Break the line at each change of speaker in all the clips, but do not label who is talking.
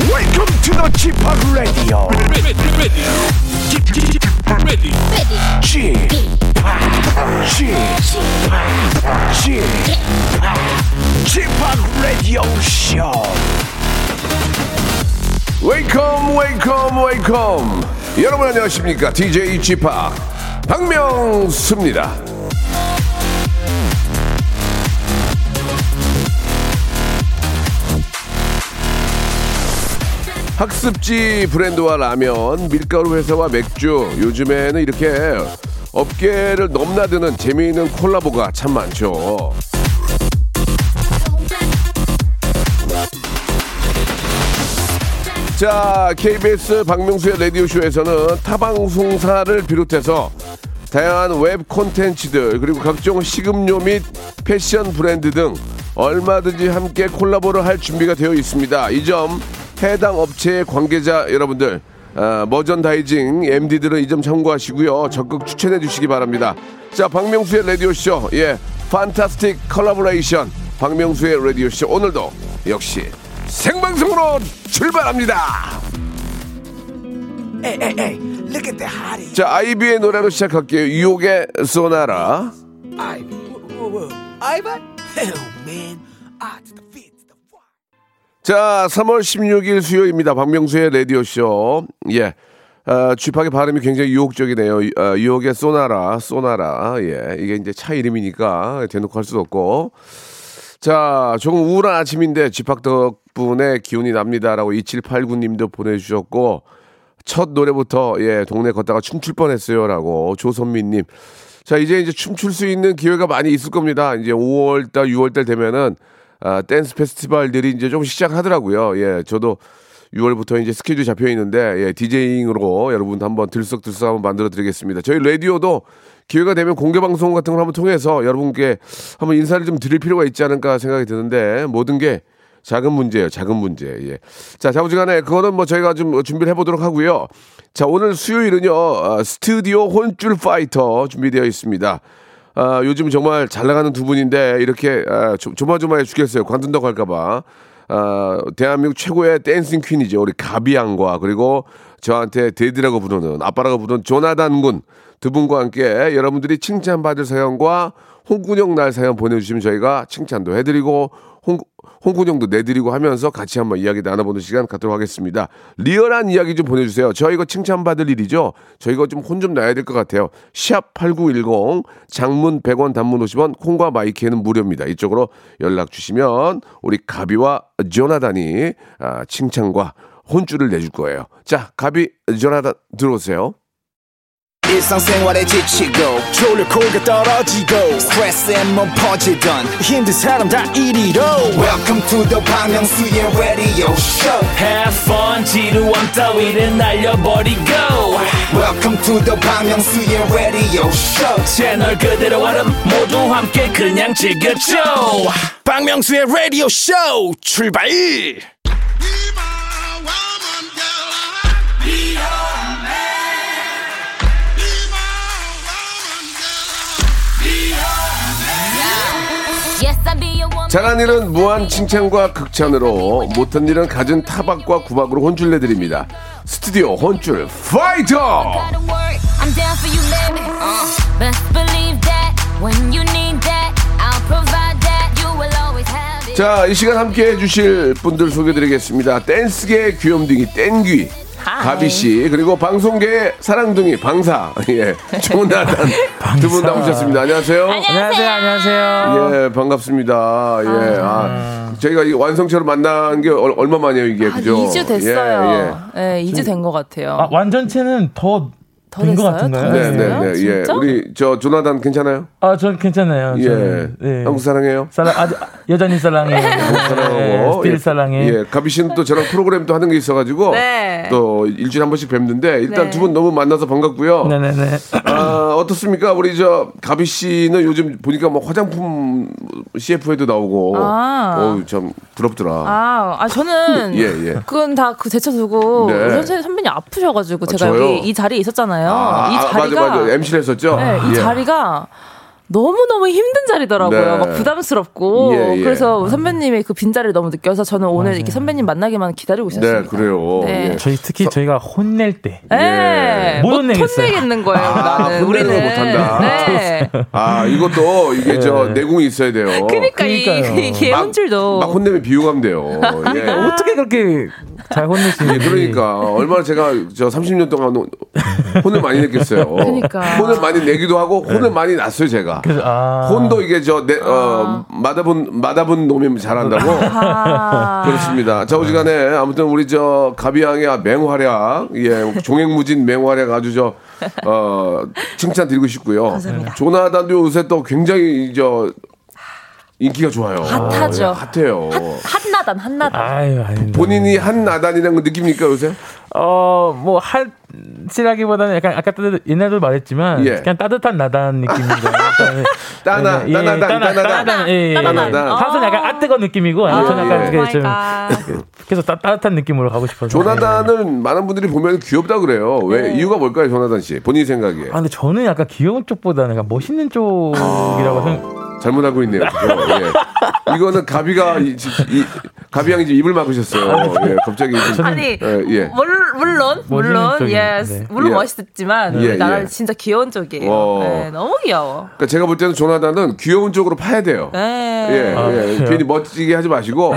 to the Chip Radio.
ready, ready, Keep- keep- keep ready.
Chip, Chip, Chip, Chip Radio Show.
웨이컴 웨이컴 웨이컴 여러분 안녕하십니까 DJ 지팍 박명수입니다 학습지 브랜드와 라면 밀가루 회사와 맥주 요즘에는 이렇게 업계를 넘나드는 재미있는 콜라보가 참 많죠 자, KBS 박명수의 라디오쇼에서는 타방송사를 비롯해서 다양한 웹 콘텐츠들, 그리고 각종 식음료 및 패션 브랜드 등 얼마든지 함께 콜라보를 할 준비가 되어 있습니다. 이 점 해당 업체의 관계자 여러분들, 아, 머전다이징 MD들은 이 점 참고하시고요. 적극 추천해 주시기 바랍니다. 자, 박명수의 라디오쇼, 예, 판타스틱 컬라보레이션, 박명수의 라디오쇼, 오늘도 역시 생방송으로 출발합니다.
Hey, hey, hey, look at the hottie.
자, 아이비의 노래로 시작할게요. 유혹의 소나라.
Ivy. Whoa, whoa, whoa. Ivan? Hell, man. I to the fifth, the fourth.
자, 3월 16일 수요일입니다. 박명수의 라디오쇼. 예. 어, 쥐팍의 발음이 굉장히 유혹적이네요. 유- 어, 유혹의 소나라, 소나라. 예. 이게 이제 차 이름이니까 대놓고 할 수도 없고. 자, 조금 우울한 아침인데 쥐팍 덕분에 기운이 납니다라고 2789님도 보내주셨고, 첫 노래부터 예, 동네 걷다가 춤출 뻔했어요라고 조선미님. 자, 이제 이제 춤출 수 있는 기회가 많이 있을 겁니다. 이제 5월달, 6월달 되면은 아, 댄스 페스티벌들이 이제 조금 시작하더라고요. 예, 저도 6월부터 이제 스케줄 잡혀 있는데 예, 디제잉으로 여러분도 한번 들썩들썩 한번 만들어 드리겠습니다. 저희 라디오도 기회가 되면 공개 방송 같은 걸 한번 통해서 여러분께 한번 인사를 좀 드릴 필요가 있지 않을까 생각이 드는데 모든 게 작은 문제예요. 작은 문제. 예. 자, 자부지간에 그거는 뭐 저희가 좀 준비를 해보도록 하고요. 자, 오늘 수요일은요 어, 스튜디오 혼줄 파이터 준비되어 있습니다. 아, 요즘 정말 잘 나가는 두 분인데 이렇게 아, 조, 조마조마해 죽겠어요. 관둔다고 할까봐. 아, 대한민국 최고의 댄싱 퀸이죠. 우리 가비양과 그리고 저한테 데디라고 부르는 아빠라고 부르는 조나단 군 두 분과 함께 여러분들이 칭찬받을 사연과 홍군형 날 사연 보내주시면 저희가 칭찬도 해드리고 홍, 홍군형도 내드리고 하면서 같이 한번 이야기 나눠보는 시간 갖도록 하겠습니다. 리얼한 이야기 좀 보내주세요. 저 이거 칭찬받을 일이죠. 저 이거 좀 혼 좀 나야 될 것 같아요. 샵8910 장문 100원 단문 50원 콩과 마이키에는 무료입니다. 이쪽으로 연락 주시면 우리 가비와 조나단이 아, 칭찬과 혼쭐을 내줄 거예요. 자 가비 조나단 들어오세요.
일상생활에 지치고, 졸려 코가 떨어지고, 스트레스에 몸 퍼지던, 힘든 사람 다 이리로. welcome to the Bang Myung-soo's radio show
Have fun 지루함 따위를 날려버리고
welcome to the Bang Myung-soo's radio show
채널 그대로 얼음 모두 함께 그냥 즐겨줘
박명수의 라디오 쇼 출발!
Yes, I be a woman.
잘한 일은 무한 칭찬과 극찬으로 못한 일은 갖은 타박과 구박으로 혼쭐 내드립니다. 스튜디오 혼쭐 파이터!
Gotta work. I'm down for you, baby. Uh, best believe that when you need that, I'll provide that. You will always have it.
자, 이 시간 함께 해주실 분들 소개드리겠습니다. 댄스계의 귀염둥이 땡귀. 가비씨, 그리고 방송계의 사랑둥이, 방사, 예, 조나단 두 분 나오셨습니다. 안녕하세요.
안녕하세요.
안녕하세요
예, 반갑습니다. 예, 아, 저희가 이 완성체로 만난 게 얼- 얼마 만이에요, 이게, 그죠?
2주 아, 네, 됐어요. 예, 2주 된 것 같아요.
아, 완전체는 더
더
된 것
됐어요?
같은가요?
더
네, 네,
됐어요?
네, 예.
진짜?
우리 저 조나단 괜찮아요?
아, 전 괜찮아요.
예.
저는, 예.
한국 사랑해요.
사랑, 아직 여전히 사랑해.
사랑하고
네, 스틸
예,
사랑해.
예, 가비 씨는 또 저랑 프로그램 또 하는 게 있어가지고
네.
또 일주일 에한 번씩 뵙는데 일단
네.
두 분 너무 만나서 반갑고요.
네네네.
아, 어떻습니까? 우리 저 가비 씨는 요즘 보니까 뭐 화장품 CF에도 나오고,
아.
어우 참 부럽더라.
아, 아, 저는
예, 예.
그건 다 그 제쳐두고
네.
우선 선배님 아프셔가지고 제가
저요?
여기 이 자리에 있었잖아요. 이
아,
자리가
맞아 맞아 MC를 했었죠.
네, 이
예.
자리가 너무너무 힘든 자리더라고요.
네.
막 부담스럽고.
예, 예.
그래서 선배님의 그 빈자리를 너무 느껴서 저는 오늘 이렇게 선배님 만나기만 기다리고 있었습니다.
네, 그래요.
네.
예.
저희 특히 저희가 혼낼 때
예.
예.
못
못
혼내겠어요.
혼내겠는 거예요.
아, 혼내는
나는
걸
우리는.
못한다.
네.
아, 이것도 이게 저
네.
내공이 있어야 돼요.
그러니까 이,
그러니까요.
이 개운질도
막 혼내면 비호감 돼요. 예.
어떻게 그렇게 잘
예,
혼내시는지
그러니까 얼마나 제가 저 30년 동안 혼을 많이 냈겠어요.
그러니까.
혼을 많이 내기도 하고 혼을 많이 났어요 제가.
예. 그래서 아
혼도 이게 저 내, 어, 마다본 마다본 놈이 잘한다고.
아.
그렇죠. 그렇습니다. 자 오지간에 아무튼 우리 저 가비양의 맹활약, 예 종횡무진 맹활약 아주 저 어, 칭찬 드리고 싶고요.
감사합니다.
조나단도 요새 또 굉장히 저 인기가 좋아요.
핫하죠.
예, 핫해요.
한나단 한나단.
아유 아닙니다.
본인이 한 나단이라는 거 느낍니까 요새?
어뭐 한실하기보다는 약간 아까 따뜻 옛날에도 말했지만
예.
그냥 따뜻한 나단 느낌인데 네,
따나,
예,
따나단, 따나단.
따나단
따나단.
예, 사실 약간 아뜨거 느낌이고 아니, 저는
예,
약간
예.
Oh
그게 좀 계속 따, 따뜻한 느낌으로 가고 싶어서
조나단을 많은 분들이 보면 귀엽다 그래요. 왜 이유가 뭘까요, 조나단 씨? 본인 생각에
아 근데 저는 약간 귀여운 쪽보다는 약간 멋있는 쪽이라고
아.
생각
잘못 알고 있네요. 그거. 예. 이거는 가비가 이, 지- 이- 가비 양이 지금 입을 막으셨어요. 예, 갑자기 지금,
아니
예,
물, 물론 물론
쪽이네.
예
네.
물론
예.
멋있지만
예,
나는
예.
진짜 귀여운 쪽이에요.
어.
예, 너무 귀여워.
그러니까 제가 볼 때는 조나단은 귀여운 쪽으로 파야 돼요.
예.
예,
아,
예.
그래요?
괜히 멋지게 하지 마시고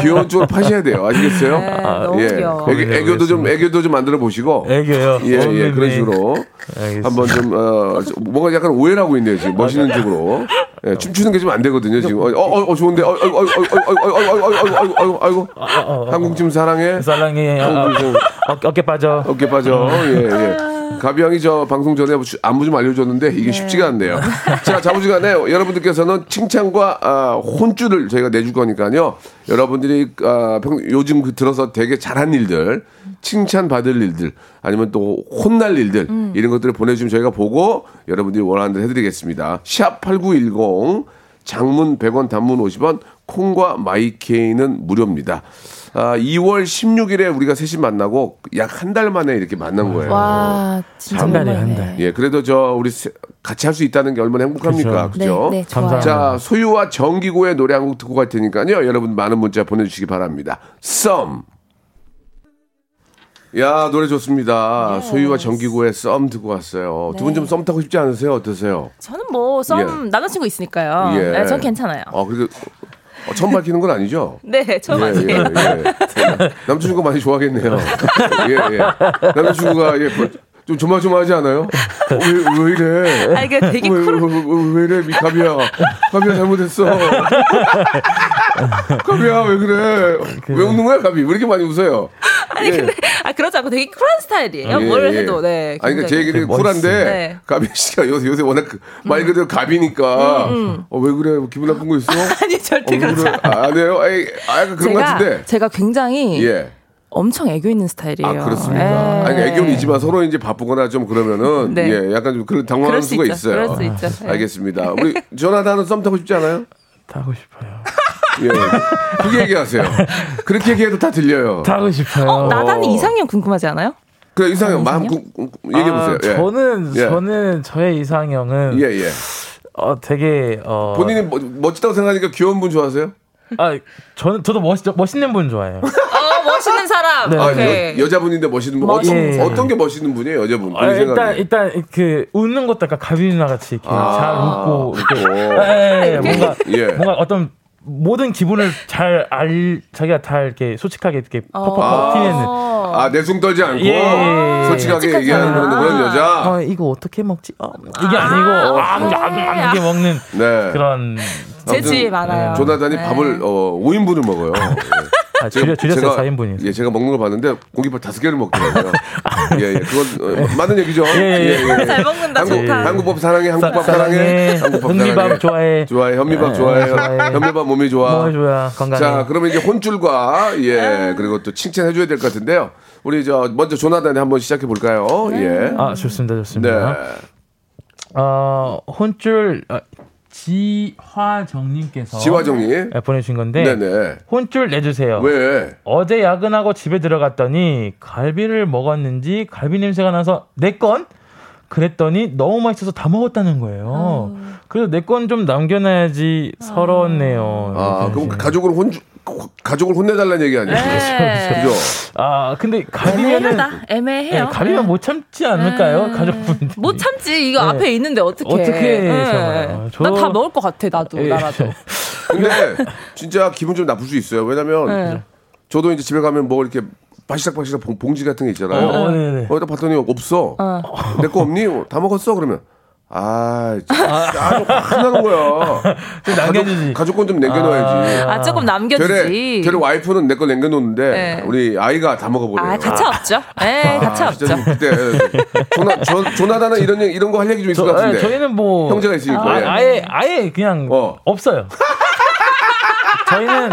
귀여운 쪽으로 파셔야 돼요. 아시겠어요?
네, 너무
예.
귀여워.
애교, 도좀 애교도 좀 만들어 보시고.
애교요
예, 예,
없는데. 네.
그런 식으로.
알겠습니다.
한번 좀, 어, 좀 뭔가 약간 오해를 하고 있네요, 지금. 멋있는 쪽으로. 예, 춤추는 게 좀 안 되거든요, 지금. 어, 어, 어, 좋은데. 어, 어, 어, 어, 어, 어, 어, 어, 어, 아이고, 아이고, 아이고. 한국팀 사랑해.
사랑해 아,
한국팀
어, 어깨 빠져
어깨 빠져. 예, 예. 가비 형이 저 방송 전에 주- 안무 좀 알려줬는데 이게 쉽지가 않네요. 자, 자부지간에 여러분들께서는 칭찬과 아, 혼쭐을 저희가 내줄 거니까요. 여러분들이 아, 평- 요즘 그 들어서 되게 잘한 일들, 칭찬 받을 일들, 아니면 또 혼날 일들 이런 것들을 보내주면 저희가 보고 여러분들이 원하는 대로 해드리겠습니다. 샵 #8910 장문 100원, 단문 50원, 콩과 마이케이는 무료입니다. 아, 2월 16일에 우리가 셋이 만나고 약 한 달 만에 이렇게 만난 거예요.
와 진짜
한 달이에요,
오랜만이네.
한
예, 그래도 저 우리 세- 같이 할 수 있다는 게 얼마나 행복합니까,
네,
그죠?
네, 좋아요.
감사합니다.
자, 소유와 정기고의 노래 한 곡 듣고 갈 테니까요. 여러분 많은 문자 보내주시기 바랍니다. 썸. 야, 노래 좋습니다.
네.
소유와 정기고의 썸 듣고 왔어요. 두 분 좀 썸 타고 싶지 않으세요? 어떠세요?
저는 뭐 썸
예.
남자친구 있으니까요. 예. 전 괜찮아요.
어, 그리고 어, 처음 밝히는 건 아니죠?
네, 저
예,
맞아요.
예, 예. 남자친구 많이 좋아하겠네요. 예, 예. 남자친구가 예, 뭐, 좀 조마조마하지 않아요? 어, 왜, 왜 이래?
아 이게 되게
왜,
쿨.
왜, 왜, 왜 이래, 미- 가비야. 가비야, 잘못했어. 가비야, 왜 그래? 왜 웃는 거야, 가비? 왜 이렇게 많이 웃어요?
아니 근데 아 그러지 않고 되게 쿨한 스타일이에요.
예,
뭘
예.
해도 네.
아니, 그러니까
굉장히.
제 얘기는
멋있어.
쿨한데,
네.
가비 씨가 요새, 요새 워낙 그- 말 그대로 가비니까, 어, 왜 그래? 뭐 기분 나쁜 거 있어?
아니 절대
어, 왜
음, 그렇지
그래? 아, 안 해요? 에이, 아, 약간 그런 거 같은데.
제가 제가 굉장히
예.
엄청 애교 있는 스타일이에요.
아, 그렇습니까?
예.
아니, 애교는 있지만 서로 이제 바쁘거나 좀 그러면은,
네.
예, 약간 좀 그런 당황할
그럴 수
수가
있죠.
있어요. 아,
그럴 수 있죠. 예.
알겠습니다. 우리 전화단은 썸 타고 싶지 않아요?
타고 싶어요
예. 그게 얘기하세요. 그렇게 얘기해도 다 들려요.
타고 싶어요
나단이 이상형 궁금하지 않아요?
그래, 이상형 마음 구, 얘기해보세요.
아,
예.
저는
예.
저는 저의 이상형은
예, 예.
어 되게 어
본인이 뭐, 멋, 멋지다고 생각하니까 귀여운 분 좋아하세요?
아 저는 저도 멋 멋있는 분 좋아해요.
어, 멋있는 사람.
네.
아,
오케이.
여, 자분인데 멋있는 분. 어떤,
멋있는 사람.
어떤 게 멋있는 분이에요, 여자분? 본인
아, 일단
생각에.
일단 그 웃는 것도 약간 가비 누나 같이 이렇게 아,
아.
잘 웃고
웃고.
예, 예, 뭔가
예.
뭔가 어떤 모든 기분을 잘 알 자기가 다 이렇게 솔직하게 이렇게
아.
퍽퍽퍽 티내는
아, 내숭 떨지 않고
예, 예, 예.
솔직하게
솔직하잖아.
얘기하는 그런, 그런 여자.
아 이거 어떻게 먹지? 어, 이게 아니고 아, 아, 아, 이게 먹는
네.
그런
재치 많아요.
조나단이 밥을 어, 5인분을 먹어요. 예.
아, 네. 줄여 줄였어요 4인분이.
예, 제가 먹는 걸 봤는데 고기밥 다섯 개를 먹더라고요. 예, 예, 그건 어, 맞는 얘기죠.
예, 예.
잘 먹는다,
한국,
좋다.
한국밥 사랑해, 한국밥 사랑해,
사랑해.
한국밥
현미밥 좋아해.
좋아해, 현미밥
예,
좋아해,
좋아해.
현미밥 몸이 좋아.
몸이 좋아, 건강해.
자, 그러면 이제 혼줄과 예, 그리고 또 칭찬해줘야 될 것 같은데요. 우리 저 먼저 조나단에 한번 시작해 볼까요? 예,
아 좋습니다
네,
좋습니다. 어, 혼줄 어, 지화정님께서
지화정님,
예, 보내주신 건데
네, 네,
혼줄 내주세요.
왜?
어제 야근하고 집에 들어갔더니 갈비를 먹었는지 갈비 냄새가 나서 내 건? 그랬더니 너무 맛있어서 다 먹었다는 거예요. 그래서 내 건 좀 남겨놔야지
아.
서러웠네요.
아,
이렇게
그럼
하시네요.
가족을 혼 가족을 혼내달라는 얘기 아니에요?
네.
그죠?
아 근데 가비면은
애매하다.
예,
네, 애매해요. 네.
가비면 못 참지 않을까요, 가족분들?
못 참지. 이거
네.
앞에 있는데 어떻게?
어떻게 참아요? 저-
난다 먹을 것 같아. 나도
예.
나라도.
근데 진짜 기분 좀 나쁠 수 있어요. 왜냐면
네.
저도 이제 집에 가면 뭐 이렇게 바시락바시락 봉- 봉지 같은 게 있잖아요.
어, 어, 네네.
거기다 봤더니 없어. 내 거 없니? 뭐 다 먹었어? 그러면 아, 진짜 아주 화나는 거야.
남겨주지.
가족, 가족 건좀 남겨놔야지.
아 조금
걔네,
남겨주지. 아,
걔네 와이프는 내 거 남겨놓는데
네.
우리 아이가 다 먹어버려요.
아 가차 없죠. 에 가차
아,
없죠.
진짜 좀 그때 조나, 조, 조나단은 이런 얘기- 이런 거 할 얘기 좀 있을 것
저,
같은데.
예, 저희는 뭐
형제가 있으니까,
아,
예.
아예 아예 그냥
어.
없어요. 저희는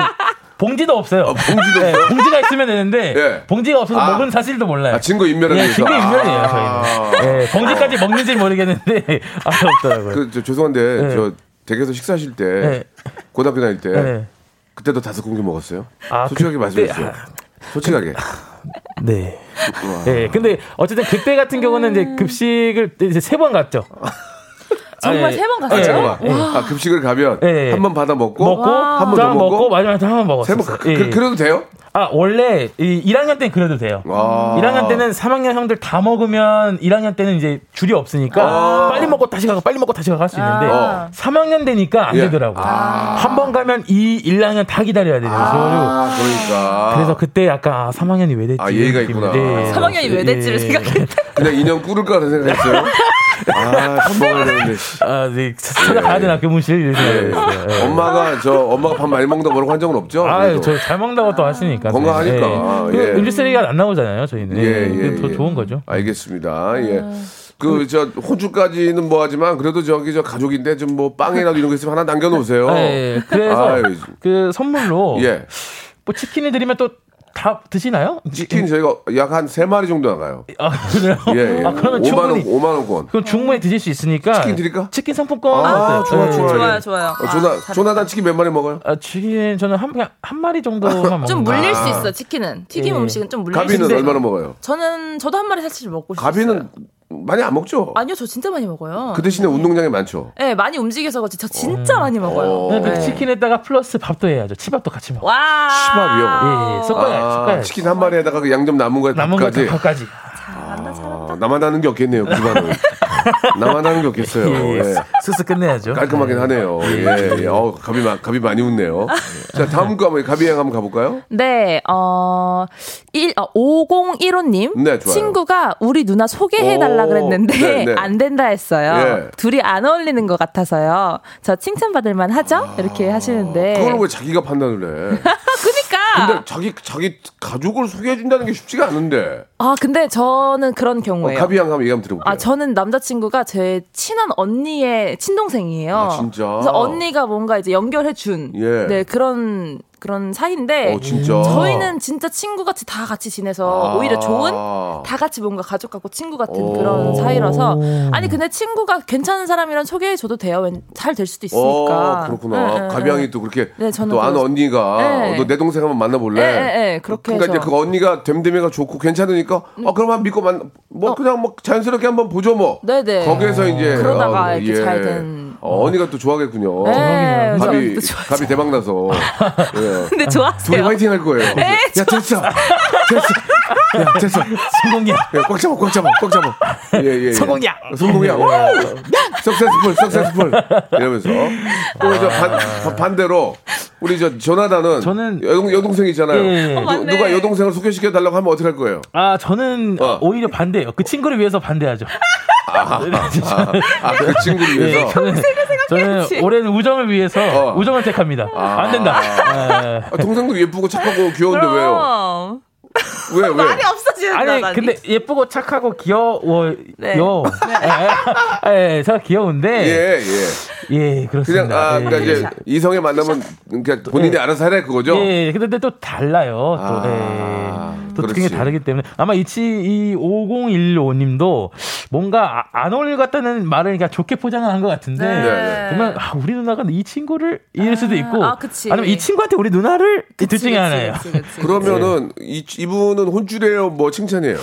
봉지도 없어요.
아, 봉지도
예,
없어요?
봉지가 있으면 되는데
예.
봉지가 없어서
아.
먹은 사실도 몰라요.
아, 증거 인멸에
예,
대해서.
증거 인멸이에요
아.
저희는. 예, 봉지까지 먹는지 모르겠는데 아예 없더라고요.
그, 저, 죄송한데
네.
저 댁에서 식사하실 때
네.
고등학교 다닐 때
네.
그때도 다섯 공기 먹었어요?
아,
솔직하게
그때-
말씀해 주세요. 솔직하게.
네. 예, 근데 어쨌든 그때 같은 경우는
음.
이제 급식을 이제 세 번 갔죠.
정말
예.
세번
예,
아,
네.
잠깐만. 아, 급식을 가면
네.
한 번 받아 먹고
먹고
한 번
또
더
한번 먹고,
먹고
마지막에 한번 먹었어요. 예,
세번 그, 그, 그래도 돼요?
아 원래 이 1학년 때는 그래도 돼요.
와.
1학년 때는 3학년 형들 다 먹으면 1학년 때는 이제 줄이 없으니까
아.
빨리 먹고 다시 가고 빨리 먹고 다시 가고 할 수 있는데
어.
3학년 되니까 안
예.
되더라고요. 한 번 가면 이 1학년 다 기다려야 되는 거죠.
아, 그러니까.
그래서 그때 약간 아, 3학년이 왜 됐지?
아, 예의가
이런 느낌이-
있구나.
네.
3학년이 왜 될지를
예.
생각했다.
그냥 인형 꾸를까라는 생각했어요. 아, 밥 먹어야 되는데.
아, 네. 찾아가야 되나 교무실 이런
예.
생각이 들어요. 예.
엄마가 저 엄마가 밥 많이 먹는다고 그런 한 적은 없죠?
아,
그래도.
저잘 먹는다고 또 하시니까.
건강하니까. 아,
그
예.
음주 쓰레기가 안 나오잖아요, 저희는.
예, 예,
그게 더
예.
좋은 거죠.
알겠습니다. 예.
아.
그 저 호주까지는 뭐하지만 그래도 저기 저 가족인데 좀 뭐 빵이라도 이런 거 있으면 하나 남겨놓으세요.
아, 예, 예. 그래서
어. 아유.
그 선물로
예.
뭐 치킨을 드리면 또 다 드시나요?
치킨 저희가 약 한 세 마리 정도 나가요.
아, 그래요?
예. 예.
아, 그러면
5만 원,
충분히
5만 원권. 어,
그럼 충분히 드실 수 있으니까
치킨 드릴까?
치킨 상품권
아,
어때요?
좋아,
예.
좋아.
좋아요, 좋아요.
어, 조나 조나단 치킨 몇 마리 먹어요?
아, 치킨 저는 한 그냥 한 마리 정도만 먹는
아, 좀
거.
물릴 수 있어. 치킨은 튀김
아. 예.
음식은 좀 물릴 수
가비는
있어.
얼마나 먹어요?
저는 저도 한 마리 사실 먹고 싶어요.
가비는 많이 안 먹죠.
아니요, 저 진짜 많이 먹어요.
그 대신에 운동량이 많죠.
네, 많이 움직여서 그렇지. 저 진짜 많이 먹어요. 네.
어.
그러니까 치킨에다가 플러스 밥도 해야죠. 치밥도 같이 먹어.
와.
치밥이요?
예, 예. 섞어야
아,
섞어야
치킨 한 마리에다가 그 양념 남은
남은 거
거까지.
밥까지.
아, 나만 하는 게 없겠네요. 그만은. 나만 하는 게 없겠어요.
예, 예.
예.
스스
어?
끝내야죠.
깔끔하긴 하네요. 예. 예. 어우, 갑이, 마- 갑이 많이 웃네요. 자, 다음 거 한번, 갑이 형 한번 가볼까요?
네, 어, 1, 어 5015님.
네, 좋아요.
친구가 우리 누나 소개해달라
오,
그랬는데
네, 네.
안 된다 했어요.
예.
둘이 안 어울리는 것 같아서요. 저 칭찬받을만 하죠? 이렇게 하시는데.
아,
그러니까!
그걸 왜 자기가 판단을 해?
그니까!
뭐 근데 자기, 자기 가족을 소개해준다는 게 쉽지가 않은데.
아, 근데 저는 그런
어,
경우예요.
갑이 형 한번 얘기 한번 들어볼게요.
아, 저는 남자친구가 제 친한 언니의 친동생이에요.
아, 진짜?
그래서 언니가 뭔가 이제 연결해준.
예.
네, 그런, 그런 사이인데.
어, 진짜.
저희는 진짜 친구같이 다 같이 지내서
아.
오히려 좋은? 다 같이 뭔가 가족 같고 친구 같은
어. 오.
그런 사이라서. 아니, 근데 친구가 괜찮은 사람이란 소개해줘도 돼요. 잘 될 수도 있으니까.
어, 그렇구나.
예, 예,
가비 형이
예.
또 그렇게
네, 저는
또 아는
그래서-
언니가 어,
네.
너 내 동생 한번 만나볼래?
예, 예, 예, 그렇게
그러니까 이제
해서.
그 언니가 됨됨이가 좋고 괜찮으니까 어 그럼 한 믿고 만 뭐 그냥 뭐 자연스럽게 한번 보죠 뭐.
어. 네네.
거기에서 이제
그러다가
어,
이렇게 잘 된-
어, 언니가 또 좋아하겠군요.
예, 그래서
갑이
또 좋아하죠.
갑이 대박 나서 예.
근데
둘이
좋아하세요. 네,
화이팅 할 거예요. 야 됐어, 됐어, 야 됐어.
성공이야.
야, 예, 꽉 잡아, 꽉 잡아, 꽉 잡아. 예, 예, 예.
성공이야.
성공이야. 오! 석세스풀, 석세스풀. 이러면서. 또 이제 반, 바- 반대로, 우리 저, 조나단은.
저는-
여동, 여동생 있잖아요.
예, 예. 어,
누,
맞네.
누가 여동생을 소개시켜달라고 하면 어떻게 할 거예요?
아, 저는
어.
오히려 반대예요. 그 친구를 위해서 반대하죠. 네,
아, 아, 그 친구를
예,
위해서.
저는, 저는 올해는 우정을 위해서
어.
우정을 택합니다.
아.
안 된다. 예.
아, 동생도 예쁘고 착하고 귀여운데 왜요?
그럼.
왜, 왜?
말이 없어지는
아니
나라니.
근데 예쁘고 착하고 귀여워요.
네.
예, 예, 예, 저 귀여운데
예, 예.
예, 그렇습니다.
그냥, 아, 그러니까
예.
이제 이성에 만나면 그냥 본인이 알아서 하래 그거죠?
예, 근데 또 달라요. 또,
아.
예. 또 또 특징이
그렇지.
다르기 때문에 아마 이치 이 5015님도 뭔가 아- 안 어울릴 것 같다는 말을 그냥 좋게 포장을 한 것 같은데
네.
보면 아, 우리 누나가 이 친구를 이럴 수도 있고
아, 그치.
아니면 이 친구한테 우리 누나를 이 둘
그치,
중에
그치,
하나예요.
그치, 그치.
그러면은 이, 이분은 혼쭐이에요, 뭐 칭찬이에요.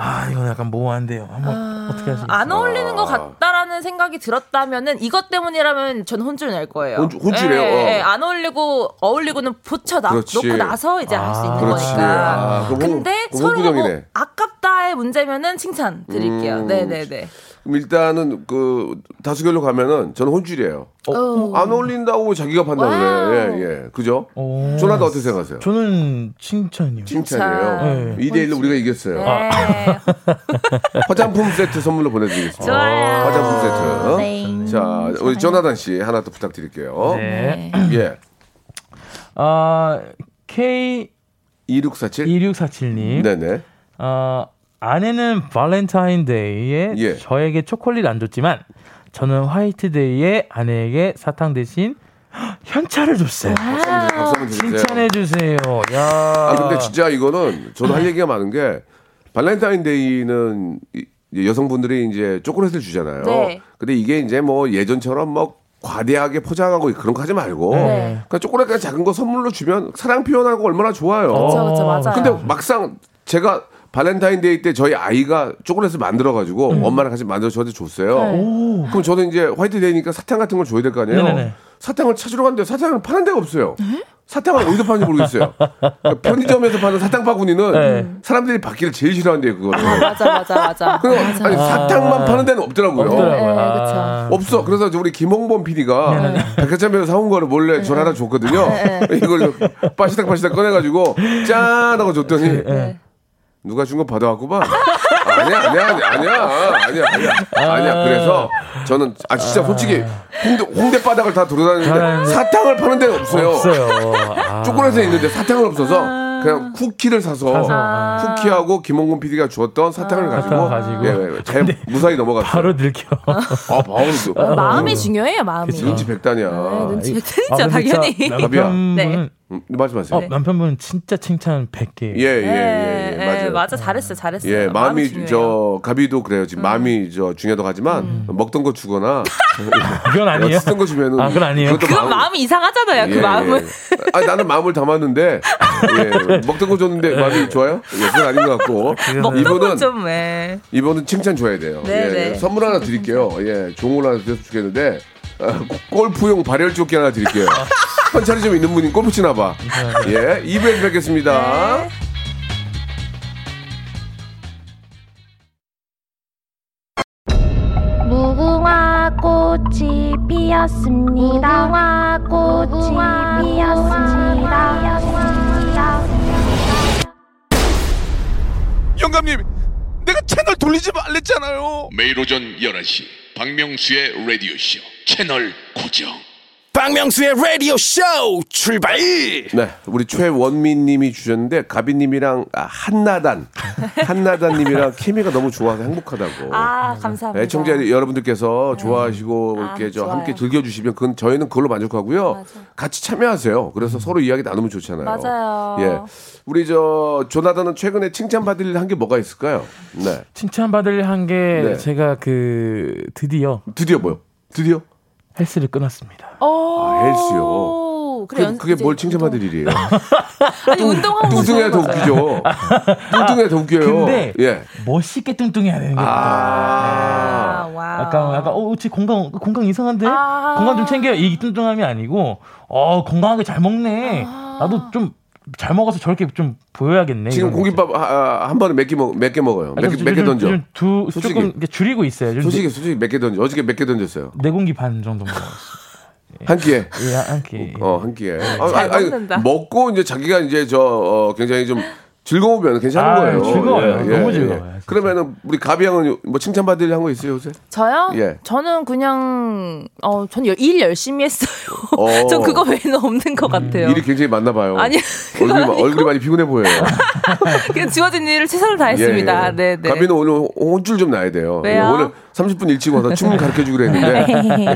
아 이건 약간 모호한데요. 한번
아.
어떻게 하시겠어요?
안 어울리는 것 같다라는 생각이 들었다면은 이것 때문이라면 전 혼쭐 낼 거예요.
혼쭐- 혼쭐이에요?
예,
어.
예, 안 어울리고 어울리고는 붙여 놔,
그렇지.
놓고 나서 이제 할 수 있는
그렇지.
거니까.
아, 그럼 홍-
근데
그럼
서로 뭐
홍구경이네. 음,
아깝다의 문제면은 칭찬 드릴게요. 네네네.
그럼 일단은 그 다수결로 가면은 저는 혼쭐이에요.
어,
어.
안 어울린다고 자기가
와우.
판단을 해요. 예, 예. 그죠?
오.
조나도 어떻게 생각하세요?
저는 칭찬이요.
칭찬이에요.
네.
2대1로 우리가 이겼어요.
네.
화장품 세트 선물로 보내드리겠습니다.
좋아요.
화장품 세트.
네.
자, 우리 조나단 씨 하나 더 부탁드릴게요.
네.
예.
아 K
2647?
2647님.
네네.
어, 아내는 발렌타인데이에
예.
저에게 초콜릿 안 줬지만 저는 화이트데이에 아내에게 사탕 대신 현찰을 줬어요.
박수 한번 주세요.
칭찬해 주세요. 야.
아, 근데 진짜 이거는 저도 할 얘기가 많은 게 발렌타인데이는 이- 이제 여성분들이 이제 초콜릿을 주잖아요.
네.
근데 이게 이제 뭐 예전처럼 막 과대하게 포장하고 그런 거 하지 말고
네.
그냥 초콜릿 그냥 작은 거 선물로 주면 사랑 표현하고 얼마나 좋아요.
그쵸, 그쵸, 맞아요.
어. 근데 막상 제가 발렌타인데이 때 저희 아이가 초콜릿을 만들어가지고
음.
엄마랑 같이 만들어 저한테 줬어요.
네.
그럼 저는 이제 화이트데이니까 사탕 같은 걸 줘야 될 거 아니에요?
네네네.
사탕을 찾으러 갔는데 사탕을 파는 데가 없어요.
네?
사탕을 어디서 파는지 모르겠어요. 그러니까 편의점에서 파는 사탕 바구니는 사람들이 받기를 제일 싫어한대요, 그거를.
맞아 맞아 맞아.
그리고 아니, 사탕만 파는 데는 없더라고요.
없더라고요.
네,
아.
없어. 그래서 이제 우리 김홍범 PD가 백화점에서 사온 거를 몰래 전 하나 줬거든요. 이걸 빠시닥 빠시닥 꺼내가지고 짠 하고 줬더니 누가 준 거 받아왔구만. 아니야, 아니야, 아니야, 아니야, 아니야, 아니야. 그래서 저는 아 진짜 솔직히 홍대, 홍대 바닥을 다
잘하는데.
돌아다니는데 사탕을 파는 데는 없어요.
없어요. 아.
초콜릿에 있는데 사탕은 없어서 그냥 쿠키를 사서
사서, 아.
쿠키하고 김홍근 PD가 주었던 사탕을 가지고,
사탕 가지고.
예, 예, 잘 무사히 넘어갔어요.
바로 들켜.
아, 바울도.
마음이 중요해요 마음이.
눈치 백단이야.
아. 네, 눈치
아,
백단이죠 당연히.
아, 남편분
네.
은
음, 말씀하세요.
어, 남편분 진짜 칭찬 100개.
예, 예, 예, 예,
예,
맞아요.
맞아 잘했어 잘했어.
예, 마음이,
중요해요.
저 가비도 그래요. 지금 마음이 저 중요하다고 하지만 먹던 거 주거나
이건 아니에요.
쓰던 거 주면은
아, 그건 아니에요.
그것도
그건
마음-
마음이 이상하잖아요
예,
그 마음은.
예. 아, 나는 마음을 담았는데 예, 먹던 거 줬는데 마음이 좋아요? 예, 그건 아닌 것 같고
네.
먹던
이분은
건좀 예. 왜.
이번은 칭찬 줘야 돼요.
네,
예,
네.
예. 선물 하나 드릴게요. 예, 종을 하나 드려서 좋겠는데 아, 고- 골프용 발열조끼 하나 드릴게요. 현찰이 좀 있는 분이 골프 치나 봐. 예, 2부에서 뵙겠습니다.
네.
무궁화 꽃이 피었습니다. 무궁화 꽃이 피었습니다.
영감님, 내가 채널 돌리지 말랬잖아요. 매일 오전 11시 박명수의 라디오 쇼 채널 고정.
박명수의 라디오 쇼 출발
네, 우리 최원민님이 주셨는데 가비님이랑 아, 한나단, 한나단님이랑 케미가 너무 좋아서 행복하다고.
아 감사합니다.
어, 네, 예,
네.
애청자 여러분들께서 좋아하시고 이렇게 저
좋아요.
함께 즐겨주시면 그건 저희는 그걸로 만족하고요. 같이 참여하세요. 그래서 서로 이야기 나누면 좋잖아요.
음. 맞아요.
예, 우리 저 조나단은 최근에 칭찬받을 한 게 뭐가 있을까요? 네,
칭찬받을 한 게
네.
제가 그 드디어
드디어 뭐요? 드디어
헬스를 끊었습니다.
오.
아, 헬스요.
어. 그래,
그, 그게
이제
뭘 칭찬받을 일이에요?
아니 운동하는 거
뚱뚱해야 더
좋은 거 같아요.
웃기죠. 뚱뚱해야 더 웃겨요.
근데
예.
멋있게 뚱뚱해야 되는 게
아.
아, 와우.
약간 약간 어, 쟤 건강 건강 이상한데
아.
건강 좀 챙겨 이 뚱뚱함이 아니고 어 건강하게 잘 먹네. 나도 좀 잘 먹어서 저렇게 좀 보여야겠네.
지금
이런
공깃밥 아, 아, 한 번에 몇개 먹, 몇개 먹어요.
거.
몇 개
좀-
몇 개
좀-
던져.
좀 두,
솔직히.
조금 이렇게 줄이고 있어요. 좀
솔직히 솔직히 몇 개 던져. 어저께 몇 개 던졌어요.
네, 네 공기 반 정도 먹었어요.
한 끼에.
예, 한 끼.
어, 한 끼에. 아,
잘 먹는다.
먹고 이제 자기가 이제 저 어, 굉장히 좀 즐거우면 괜찮은
아,
거예요.
즐거워요. 너무 즐거워요, 진짜.
그러면은 우리 가비 형은 뭐 칭찬받을 한 거 있어요, 요새?
저요?
예.
저는 그냥 어, 저는 일 열심히 했어요.
어. 음,
전 그거 외에는 없는 것 같아요.
일이 굉장히 많나 봐요.
아니, 그건
어. 얼굴이, 마-
아니고.
얼굴이 많이 피곤해 보여요.
그냥 주어진 일을 최선을
예,
다했습니다.
예.
네, 네.
가비는 오늘 혼- 혼줄 좀 나야 돼요.
왜요? 네.
오늘 30분 일찍 와서 춤 가르쳐 주기로 했는데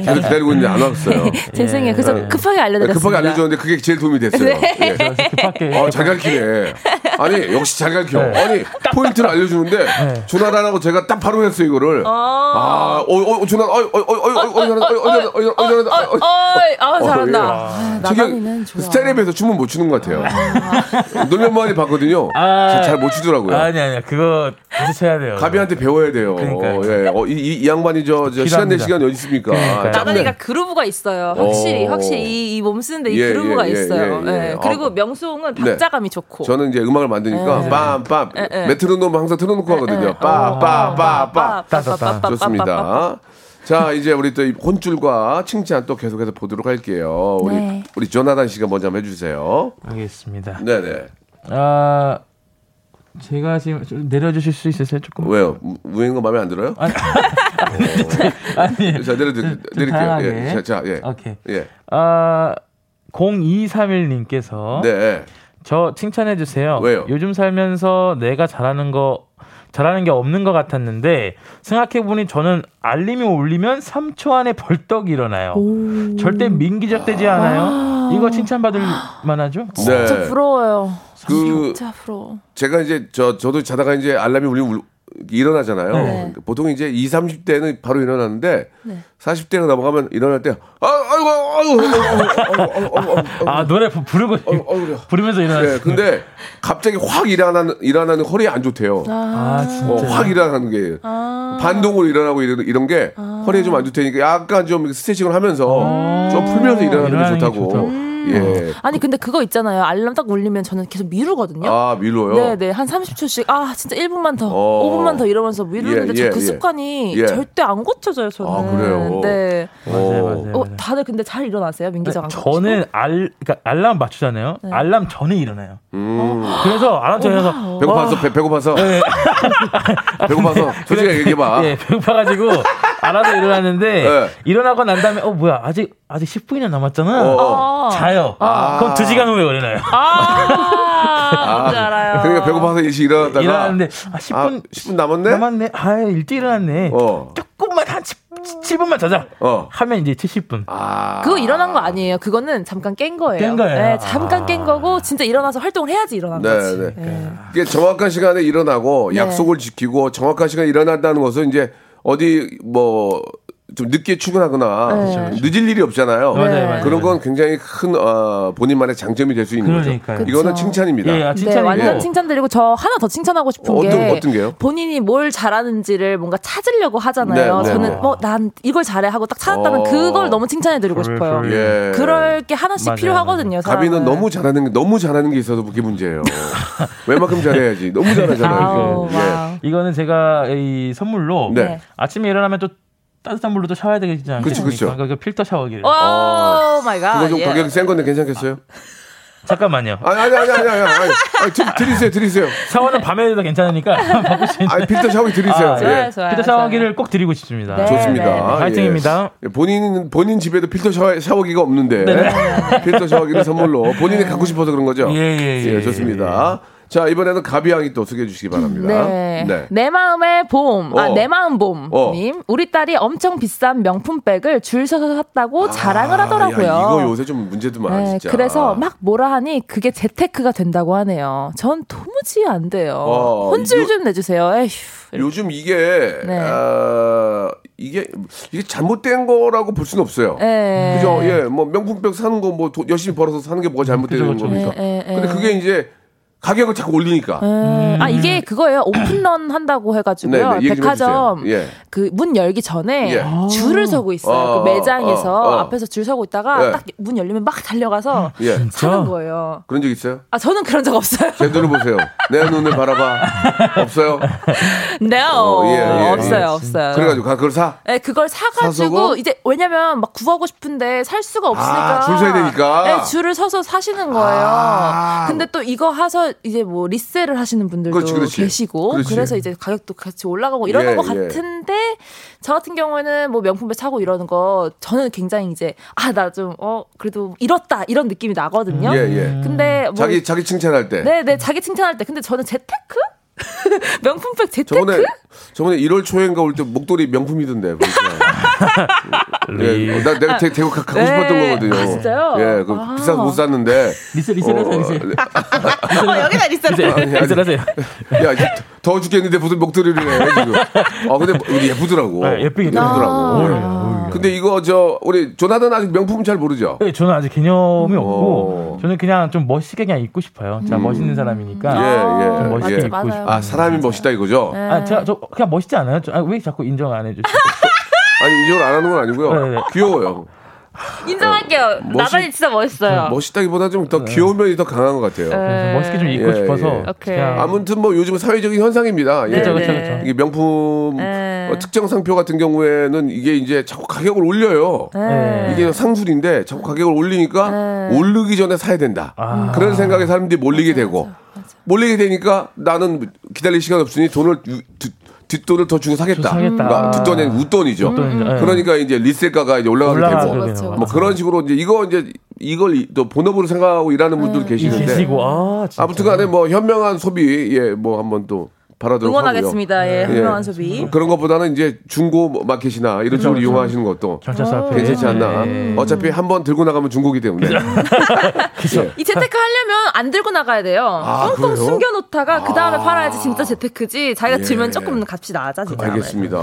계속 기다리고 있는데 안 왔어요.
죄송해요.
예.
그래서 급하게 알려드렸습니다. 네.
급하게 알려줬는데 그게 제일 도움이 됐어요. 예.
급하게.
어, 잘 가르치네. 아니 역시 잘 가르쳐.
네.
아니 포인트를 알려주는데 준하라 하고 제가 딱 바로 했어요 이거를. 아, 어어 준하, 어이 어이 어이 어이 어이 잘한다, 어이 어이 어이 어이 잘한다, 어이, 어이.
어이, 아
예.
잘한다. 아,
저기
나만이면 좋아.
스타일랩에서 춤은 못 추는 것 같아요. 놀면 많이 봤거든요.
아.
잘 못 추더라고요.
아니 아니 그거 다시 쳐야 돼요.
가비한테 배워야 돼요.
그러니까요.
예. 어, 이, 이, 이 양반이 저, 저 시간 내
필요합니다.
시간 어디 있습니까?
그러니까요.
나가니까 그루브가 있어요. 확실히
오.
확실히 이 몸 쓰는데 이
예,
그루브가
예, 예,
있어요.
예, 예.
예, 그리고
아.
명수홍은
네.
박자감이 좋고.
저는 이제 음악을
네.
만드니까 빰빰
예.
메트로놈 항상
네,
틀어놓고 하거든요.
아.
빠,
빠빠빠빠
아, 빠,
따, 따,
빠, 빠, 빠, 빠, 빠.
좋습니다. 자 이제 우리 또이 혼줄과 칭찬 또 계속해서 보도록 할게요. 우리
네.
우리 조나단 씨가 먼저 한번 해주세요.
알겠습니다.
네네.
아 제가 지금 좀 내려주실 수 있으세요 조금?
왜요? 우행거 마음에 안 들어요?
아니, 아니.
자 내려 드릴게요.
좀 다양하게. 어.
예. 자, 자 예.
오케이.
예.
아 0231님께서
네.
저 칭찬해 주세요.
왜요?
요즘 살면서 내가 잘하는 거 잘하는 게 없는 것 같았는데 생각해 보니 저는 알림이 울리면 3초 안에 벌떡 일어나요. 절대 민기적대지 않아요. 이거 칭찬받을 만하죠?
진짜
네.
부러워요.
그
진짜 부러워.
제가 이제 저 저도 자다가 이제 알람이 울리면 울- 일어나잖아요.
네.
보통 이제 2, 30대는 바로 일어나는데
네.
40대로 넘어가면 일어날 때 아, 아이고 아이고 아이고, 아이고, 아이고, 아이고,
아 노래 부- 부르고
아이고, 아이고, 아이고.
부르면서 일어나요.
어, 네, 근데 갑자기 확 일어나는 일어나는 허리 에안 좋대요.
아
어,
진짜.
확 일어나는 게
아.
반동으로 일어나고 이런, 이런 게 허리에 좀 안 좋다니까 약간 좀 스트레칭을 하면서 좀 풀면서 일어나는 게
어. 일어나는 게
좋다고.
좋다.
예.
아니 근데 그거 있잖아요. 알람 딱 울리면 저는 계속 미루거든요.
아 밀로요.
네네 한 30초씩 아 진짜 1분만 더
어.
5분만 더 이러면서 미루는데
예,
저
예,
그
예.
습관이
예.
절대 안 고쳐져요 저는
아, 그래요?
네
맞아요,
어.
맞아요, 맞아요.
어, 다들 근데 잘 일어나세요 민기적 안 고치고?
저는 알 그러니까 알람 맞추잖아요. 알람 전에 일어나요. 그래서 알람 전에 일어나서
음. 배고파서 배, 배고파서 배고파서 솔직히 얘기해봐.
네. 예, 배고파가지고 알아서 일어났는데
예.
일어나고 난 다음에 어 뭐야 아직 아직 10분이나 남았잖아.
어, 아. 어.
아.
자요. 그럼 2 시간 후에 일어나요.
아, 뭔지 알아요.
그러니까 배고파서 일찍 일어났다가
일어났는데 아 10분
아, 10분 남았네?
남았네. 아 일찍 일어났네.
어.
조금만 한 7, 분만 자자.
어.
하면 이제 70분.
아.
그거 일어난 거 아니에요. 그거는 잠깐 깬 거예요.
깬 거예요. 아.
네, 잠깐 깬 거고 진짜 일어나서 활동을 해야지 일어난 거지.
네, 네.
예.
이게 정확한 시간에 일어나고
네.
약속을 지키고 정확한 시간에 일어난다는 것은 이제 어디 뭐 좀 늦게
네. 그렇죠,
출근하거나 늦을 일이 없잖아요.
맞아요, 맞아요.
그런 건 굉장히 큰 어, 본인만의 장점이 될 수 있는
그러니까요.
거죠. 이거는
그쵸.
칭찬입니다.
예, 아,
네,
칭찬이고.
완전 칭찬드리고 저 하나 더 칭찬하고 싶은
어떤-
게
어떤 게요?
본인이 뭘 잘하는지를 뭔가 찾으려고 하잖아요.
네, 네,
저는
네.
뭐 난 이걸 잘해 하고 딱 찾았다면
어.
그걸 너무 칭찬해드리고
그럴
싶어요.
소리.
예.
그럴 게 하나씩
맞아요.
필요하거든요.
가비는
사람은.
너무 잘하는 게 너무 잘하는 게 있어도 그게 문제예요. 웬만큼 잘해야지 너무 잘하잖아요.
아우,
이게. 예.
와우.
이거는 제가 이 선물로
네.
아침에 일어나면 또 따뜻한 물로 또 샤워해야 되겠지
그쵸,
않겠습니까?
그쵸.
그러니까 그 필터 샤워기를.
오 마이 갓.
어. 그거 좀
예.
가격이 센 건데 괜찮겠어요?
잠깐만요.
아니 아니 아니 아니 아니, 아니, 아니 드, 드리세요 드리세요.
샤워는 밤에 해도 괜찮으니까 바꿀 수 있는
아니 필터 샤워기 드리세요.
아,
좋아요,
예.
좋아요.
필터 샤워기를 꼭 드리고 싶습니다.
네.
좋습니다.
네, 네.
예.
화이팅입니다.
예, 본인 본인 집에도 필터 샤워, 샤워기가 없는데
네.
필터 샤워기를 선물로 본인이 갖고 싶어서 그런 거죠.
예, 예, 예.
좋습니다. 자 이번에는 가비양이 또 소개해 주시기 바랍니다.
네. 내 마음의 봄. 아,
어.
내 마음 봄.
어.
님. 우리 딸이 엄청 비싼 명품백을 줄 서서 샀다고 자랑을
아,
하더라고요.
야, 이거 요새 좀 문제도 많아
네,
진짜.
그래서 막 뭐라 하니 그게 재테크가 된다고 하네요. 전 도무지 안 돼요.
어,
혼줄
이거-
좀 내주세요. 에휴.
요즘 이게
네.
아, 이게 이게 잘못된 거라고 볼 수는 없어요.
예.
그죠? 예, 뭐 명품백 사는 거 뭐 열심히 벌어서 사는 게
네,
뭐가 잘못되는
그죠, 그죠.
겁니까?
예, 예,
근데
예.
그게 이제 가격을 자꾸 올리니까.
예. 아 이게 그거예요 오픈런 한다고 해가지고요
네, 네, 얘기 좀
백화점
해주세요. 예.
그 문 열기 전에
예.
줄을 서고 있어요
어,
그 매장에서
어, 어.
앞에서 줄 서고 있다가
예.
딱 문 열리면 막 달려가서
예.
사는 거예요
그런 적 있어요?
아 저는 그런 적 없어요
제 눈을 보세요. 내 눈을 바라봐. 없어요?
no
어, 예, 예,
없어요
예.
없어요
그래가지고 가 그걸 사.
네, 그걸 사가지고
사서고?
이제 왜냐면 막 구하고 싶은데 살 수가 없으니까
아, 줄 서야 되니까.
네, 줄을 서서 사시는 거예요.
아.
근데 또 이거 하서 이제 뭐 리셀을 하시는 분들도
그렇지, 그렇지.
계시고
그렇지.
그래서 이제 가격도 같이 올라가고 이러는
예,
거
예.
같은데 저 같은 경우에는 뭐 명품백 사고 이러는 거 저는 굉장히 이제 아 나 좀 어 그래도 잃었다 이런 느낌이 나거든요.
예, 예.
근데 뭐
자기 자기 칭찬할 때.
네, 네 자기 칭찬할 때 근데 저는 재테크 명품백 재테크
저번에 저번에 1월 초인가 올 때 목도리 명품이던데. 보니까.
리.
그러니까. 예, 나 내가 대, 대구 가, 고
네.
싶었던 거거든요.
아, 진짜요?
예, 그
아.
비싸서 못 샀는데.
리스 리스라서 리스.
어,
네,
어, 여기다 리스라.
아니, 아니.
리스라서.
네. 야, 이제 더워 죽겠는데 무슨 목도리를 해 지금. 아, 근데 우리 예쁘더라고.
네, 예쁘긴
어,
해요.
아.
네,
예쁘더라고. 근데 이거 저 우리 조나단 아직 명품 잘 모르죠.
네, 저는 아직 개념이
어.
없고
오.
저는 그냥 좀 멋있게 그냥 입고 싶어요. 제가 멋있는 사람이니까. 좀
음. 예,
멋있게
예, 예.
입고
맞아요.
싶어요.
아, 사람이 멋있다 이거죠.
네.
아, 제가 저 그냥 멋있지 않아요? 저- 아, 왜 자꾸 인정 안 해주세요?
아니 이걸 안 하는 건 아니고요.
네, 네.
귀여워요.
인정할게요.
어, 멋있- 나단이 음,
진짜 멋있어요.
멋있다기보다 좀 더 귀여운 면이 더 강한 것
네.
같아요.
그래서 멋있게 좀 입고
예,
싶어서
예.
오케이.
그냥
아무튼 뭐 요즘 은 사회적인 현상입니다. 예.
그렇죠, 그렇죠,
네.
그렇죠.
이게 명품
네.
어, 특정 상표 같은 경우에는 이게 이제 자꾸 가격을 올려요.
네.
이게 상술인데 자꾸 가격을 올리니까
네.
오르기 전에 사야 된다.
아.
그런 생각에 사람들이 몰리게 되고 몰리게 되니까 나는 기다릴 시간 없으니 돈을 유- 뒷- 뒷돈을 더 주고 사겠다.
사겠다.
그러니까 뒷돈이 아니라 웃돈이죠.
웃돈이죠. 예.
그러니까 이제 리셀가가 이제 올라가게
올라가게
되고
되는
뭐
거죠.
그런 식으로 이제 이거 이제 이걸 이- 또 본업으로 생각하고 일하는 분들 음, 계시는데
계시고 아, 진짜.
아무튼간에 뭐 현명한 소비 예뭐 한번 또 바라도록
응원하겠습니다. 예,
하고요.
현명한
예.
소비. 음, 그렇죠.
그런 것보다는 이제 중고 뭐 마켓이나 이런 쪽으로 이용하시는 것도
경찰서 앞에
네.
괜찮지 않나.
예.
어차피 한 번 들고 나가면 중고기 때문에. 예.
이 재테크 하려면 안 들고 나가야 돼요.
아,
꽁꽁
그래요?
숨겨놓다가 그 다음에 팔아야지 진짜 재테크지. 자기가 들면 조금 값이 낮아지잖아요.
예. 알겠습니다.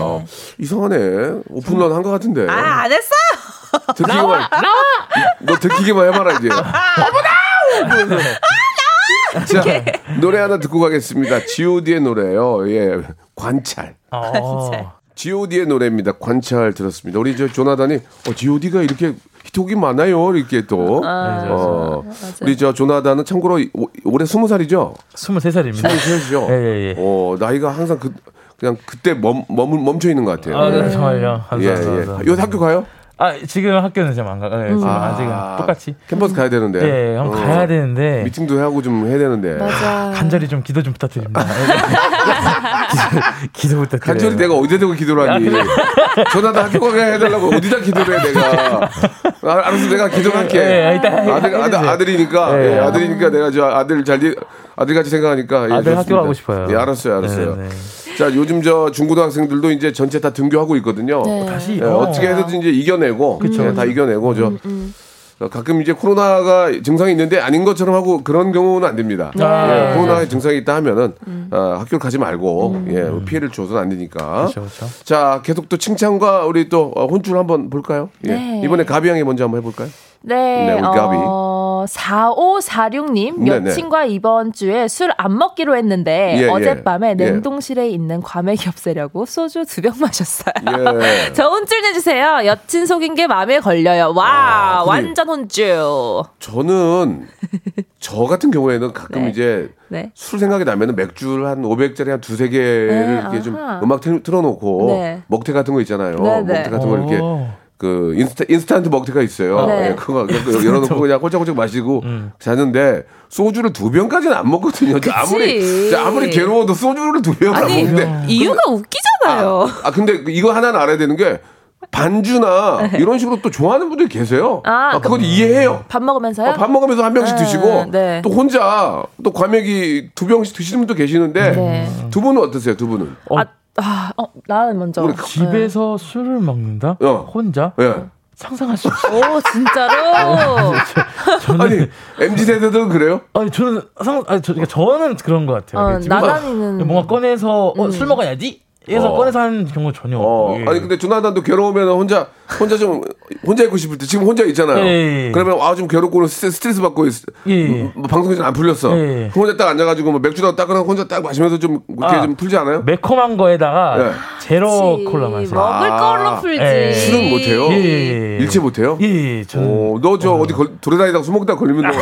이상하네. 오픈런 한 것 같은데.
아, 안 했어?
들키기만. 이- 너 들키기만 해봐라 이제. 어머나! 자 노래 하나 듣고 가겠습니다. G.O.D의 노래요. 예, 관찰.
아,
G.O.D의 노래입니다. 관찰 들었습니다. 우리 저 조나단이 어, G.O.D가 이렇게 히트곡이 많아요. 이렇게 또. 어, 우리 저 조나단은 참고로 이- 오- 올해 스무 살이죠.
23살입니다.
그러시죠.
예, 예, 예.
어, 나이가 항상 그 그냥 그때 멈, 멈, 멈춰 있는 것 같아요.
아, 네, 정말요.
예, 예.
감사합니다. 감사합니다.
요 학교 가요?
아, 지금 학교는 지금 안 가. 네, 지금
아,
아직은 똑같이.
캠퍼스 가야 되는데.
예, 형
어,
가야 되는데
미팅도 하고 좀 해야 되는데.
간절히 좀 기도 좀 부탁드립니다. 예. 기도, 기도
아.
부탁드려요.
간절히 내가 어디다 대고 기도를
아,
하니? 전화도 학교 가게 해달라고 어디다 기도를 해 내가? 아, 알았어, 내가 기도할게.
예, 예, 일단 해-
아들,
해주세요.
아들, 아들이니까,
예.
예, 아들이니까 내가 저 아들 잘, 일- 아들같이 생각하니까. 예,
아들
좋습니다.
학교 가고 싶어요.
예, 알았어요, 알았어요.
네,
자, 요즘 저 중고등학생들도 이제 전체 다 등교하고 있거든요.
다시
예, 어떻게 해서든지 이제 이겨내고 예, 다 이겨내고 저 어, 가끔 이제 코로나가 증상이 있는데 아닌 것처럼 하고 그런 경우는 안 됩니다.
아,
예, 코로나의 증상이 있다 하면은 어, 학교를 가지 말고 예, 피해를 줘서는 안 되니까.
그렇죠, 그렇죠.
자 계속 또 칭찬과 우리 또 어, 혼쭐 한번 볼까요? 예.
네.
이번에 가비 양이 먼저 한번 해볼까요?
네,
네, 우리 가비.
어, 4546님,
네, 네.
여친과 이번 주에 술 안 먹기로 했는데,
예, 예.
어젯밤에
예.
냉동실에 있는 과메기 없애려고 소주 두 병 마셨어요.
예.
저 혼쭐 내주세요. 여친 속인 게 마음에 걸려요. 와,
아, 근데-
완전 혼쭐.
저는 저 같은 경우에는 가끔
네.
이제
네.
술 생각이 나면은 맥주를 한 500짜리 한 두세 개를
네,
이렇게 좀
아하.
음악 틀, 어놓고
네.
먹태 같은 거 있잖아요.
네, 네.
먹태 같은 거 이렇게
오.
그 인스타, 인스턴트 먹태가 있어요.
네.
예, 그거 그거 열어놓고 그냥 홀짝홀짝 마시고 자는데 소주를 두 병까지는 안 먹거든요.
그치.
아무리 진짜 아무리 괴로워도 소주를 두 병을 안
아니,
먹는데 그
이유가 웃기잖아요.
아, 아, 근데 이거 하나는 알아야 되는 게 반주나 이런 식으로 또 좋아하는 분들이 계세요.
네. 아,
아, 그건 이해해요.
밥 먹으면서요?
어, 밥 먹으면서 한 병씩
네,
드시고
네.
또 혼자 또 과메기 두 병씩 드시는 분도 계시는데
네.
두 분은 어떠세요? 두 분은?
아, 아, 어, 나는 먼저.
우리 그
집에서 술을 먹는다?
어.
혼자?
예.
상상할 수 없어요.
오, 진짜로?
저는
아니
아니,
mz 세대들은 그래요?
저는 상 아니 저, 그러니까 저는 그런 것 같아요.
어,
그러니까 집에서
나란히는-
뭔가 꺼내서 어, 술 먹어야지. 해서
어.
꺼내서 하는 경우 전혀
어.
없고. 예.
아니 근데 조나단도 괴로우면 혼자 혼자 좀 혼자 있고 싶을 때 지금 혼자 있잖아요.
예, 예.
그러면 아 좀 괴롭고 스트레- 스트레스 받고 있-
예, 예.
뭐 방송에서 안 풀렸어.
예, 예.
그럼 혼자 딱 앉아가지고 뭐 맥주도 딱 그냥 혼자 딱 마시면서 좀 그렇게
아.
좀 풀지 않아요?
매콤한 거에다가
예.
제로
그치.
뭐, 콜라 마세요.
먹을
아.
걸로 풀지.
예.
술은 못해요.
예, 예, 예.
일체 못해요.
예, 예, 저는
오, 너 저 어디 걸, 돌아다니다가 술 먹다 걸리면 너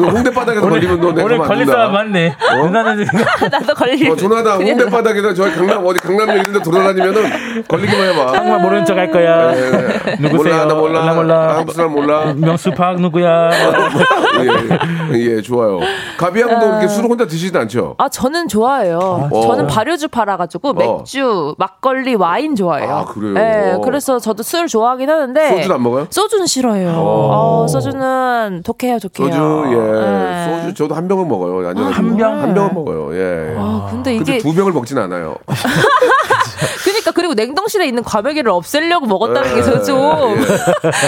홍- 홍대 바닥에서 걸리면 너 내가
오늘
안
걸릴
된다.
사람 많네. 누나는 지금
나도 걸리고.
어, 조나단 홍대 바닥에서 저희 강남 어디 강남 이런데 돌아다니면은 걸리기만 해봐.
정말 모르는 척 할 거야.
예.
누구세요?
몰라 나 몰라
나 몰라.
한국 사람 몰라. 아.
명수 박 누구야?
예, 예, 좋아요. 가비양도 이렇게 술을 혼자 드시진 않죠?
아, 저는 좋아해요.
어.
저는 발효주 팔아가지고 맥주, 막걸리, 와인 좋아해요.
아, 그래요?
예, 그래서 저도 술 좋아하긴 하는데.
소주는 안 먹어요?
소주는 싫어요.
어.
어, 소주는 독해요, 독해요. 아, 네.
소주, 예. 소주, 저도 한 병은 먹어요. 안전하게.
한 병?
한 병은 먹어요, 예.
아, 근데
근데
이게
두 병을 먹진 않아요.
그러니까 그러니까 그리고 냉동실에 있는 과메기를 없애려고 먹었다는
네.
게 저는 좀
예.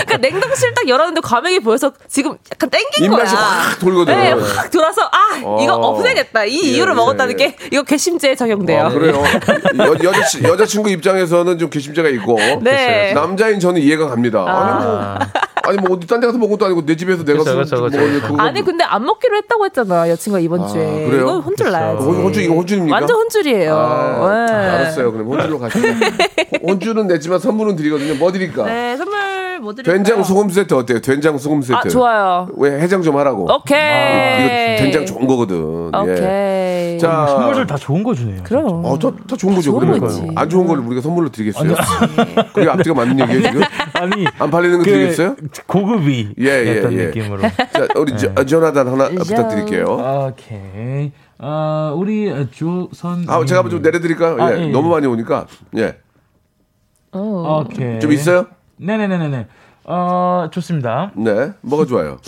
그러니까 냉동실 딱 열었는데 과메기 보여서 지금 약간 땡긴
입맛이
거야.
확 돌거든.
네, 확 돌아서 아
어.
이거 없애겠다 이
예,
이유를
예,
먹었다는
예.
게 이거 괘씸죄에 적용돼요.
아, 그래요. 여, 여자, 친- 여자친구 입장에서는 좀 괘씸죄가 있고.
네.
남자인 저는 이해가 갑니다. 아. 니
아.
뭐, 아니, 뭐, 어디 딴 데 가서 먹은 것도 아니고, 내 집에서 내가
그쵸, 그쵸, 그쵸.
먹었는데, 그거.
아니 근데 안 먹기로 했다고 했잖아 여친과 이번 주에
그래요?
이건 혼줄 나야지.
혼- 혼줄, 이거 혼줄입니까?
완전 혼줄이에요.
아,
네.
알았어요. 그럼 혼줄로 가시죠. 혼줄은 냈지만 선물은 드리거든요. 뭐 드릴까?
네 선물 뭐 드릴까요?
된장 소금 세트 어때요? 된장 소금 세트.
아 좋아요.
왜 해장 좀 하라고. 아,
오케이.
이거 된장 좋은 거거든. 예.
오케이.
자,
선물들 다 좋은 거 주네요.
그럼.
어, 다, 다 좋은 거죠.
좋은
그러니까.
거지.
안 좋은 걸 우리가 선물로 드리겠어요. 그게 앞뒤가 맞는 얘기예요, 지금?
아니 그
안 팔리는 거 드리겠어요?
고급이
예, 예,
약간
예.
느낌으로.
자, 우리 저, 전화단 하나
저-
부탁드릴게요.
오케이. 아 우리 조선.
아, 제가 한번 좀 내려드릴까요?
아,
예,
예,
너무
예.
많이 오니까. 예.
어.
오케이.
좀 있어요?
네네네네네. 어 좋습니다.
네. 뭐가 좋아요?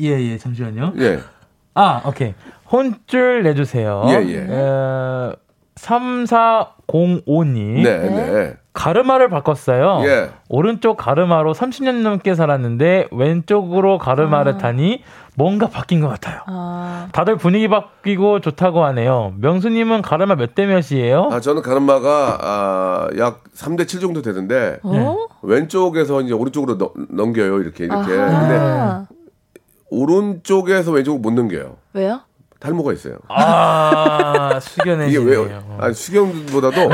예예 잠시만요.
예.
아 오케이. 혼줄 내주세요.
예, 예.
어, 3405님.
네, 네.
가르마를 바꿨어요.
예.
오른쪽 가르마로 30년 넘게 살았는데 왼쪽으로 가르마를 타니 뭔가 바뀐 것 같아요.
아,
다들 분위기 바뀌고 좋다고 하네요. 명수님은 가르마 몇 대 몇이에요?
아, 저는 가르마가 아, 약 3대 7 정도 되는데
아, 네.
어?
왼쪽에서 이제 오른쪽으로 넘- 넘겨요. 이렇게 이렇게. 근데
아,
오른쪽에서 왼쪽으로 못 넘겨요.
왜요?
탈모가 있어요.
아,
아. 이게
숙연해지네요. 네,
왜 아니 수경보다도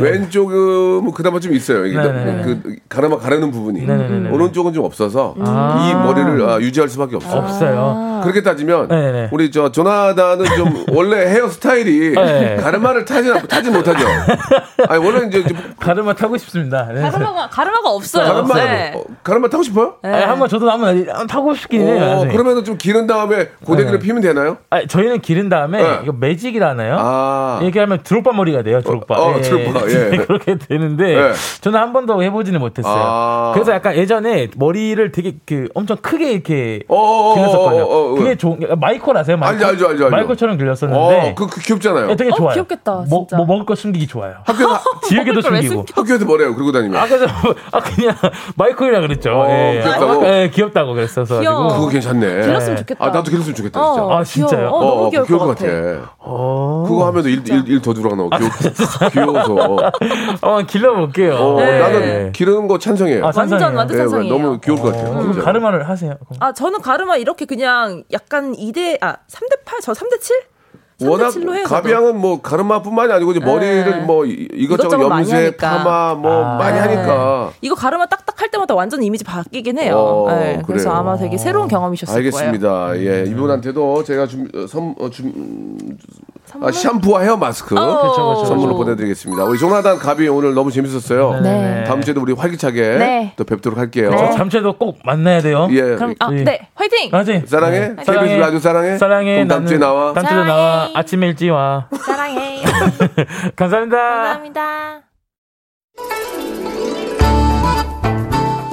왼쪽은 뭐 그나마 좀 있어요. 이게
네네네.
그 가르마 가르는 부분이
네네네네.
오른쪽은 좀 없어서
아.
이 머리를 아, 유지할 수밖에 없어요.
아.
없어요.
그렇게 따지면
네네.
우리 저 조나단은 좀 원래 헤어 스타일이
네.
가르마를 타지 않고 타지 못하죠. 아니 원래 이제
네.
좀
가르마 타고 싶습니다. 네.
가르마가 가르마가 없어요.
가르마
네.
어, 가르마 타고 싶어요?
아니, 한번 저도 한번 타고 싶긴
네,
해요.
어,
나중에.
그러면은 좀 기른 다음에 고데기를
네.
피면 되나요?
아니, 저희는 기른 다음에
네.
이거 매직이라나요?
아
예,
얘기하면 드롭바 머리가 돼요, 드롭바.
어, 드롭바, 예.
그렇게 되는데,
예.
저는 한 번도 해보지는 못했어요.
아.
그래서 약간 예전에 머리를 되게 그 엄청 크게 이렇게
어어어어어어.
길렀었거든요.
어, 어,
그게
어.
좋은, 게- 마이콜 아세요? 마이콜?
알죠, 알죠, 알죠, 알죠.
마이콜처럼 길렀었는데,
어, 그, 그 귀엽잖아요.
예, 되게
어,
좋아요.
귀엽겠다,
먹-
진짜.
뭐 먹을 거 숨기기 좋아요.
학교에서
지우개도
먹을 걸왜
숨기고.
학교에서 뭐래요? 그러고 다니면
아, 그래서, 아, 그냥, 마이콜이라 그랬죠.
어,
예.
귀엽다고?
예, 귀엽다고 그랬어서.
귀여워.
그거 괜찮네.
길렀으면 좋겠다.
아 나도 길렀으면 좋겠다
어,
진짜.
아, 진짜요?
귀여워. 어, 너무 귀여울
귀여울 어.
것 같아. 아,
그거 하면 일일더 들어가나 귀여, 귀여워서.
한번 길러볼게요. 예.
어,
네.
나는 기르는 거 찬성해요.
아,
완전
찬성이에요.
완전
네,
찬성이에요. 음.
너무 귀여울 것 같아요.
그럼
진짜.
가르마를 하세요. 그럼.
아, 저는 가르마 이렇게 그냥 약간 2대 아, 3대 8, 저 3대 7? 3대
워낙
7로 해요. 저도. 네.
가비양은 뭐 가르마뿐만이 아니고 이제 머리를 뭐 이- 이것저것
이것저것 많이
염색,
하니까. 네.
파마 뭐
아.
많이 하니까.
이거 가르마 딱딱 할 때마다 완전 이미지 바뀌긴 해요.
어,
네, 그래서
그래요.
아마 되게 새로운 경험이셨을 거예요.
알겠습니다. 예, 이분한테도 제가 준, 어, 선, 어, 준,
음.
아, 샴푸와 헤어 마스크
그쵸, 그쵸.
선물로 보내드리겠습니다. 우리 조나단 가비 오늘 너무 재밌었어요.
네.
다음 주에도 우리 활기차게
네.
또 뵙도록 할게요.
저 잠시라도 꼭 만나야 돼요.
어? 예.
그럼 아,
예.
네. 화이팅.
맞지?
그 사랑해?
네.
KBS 라디오 사랑해?
사랑해.
그럼 다음 주에
나는
나와.
다음 주에 나와. 아침 일찍 와.
사랑해.
감사합니다.
감사합니다.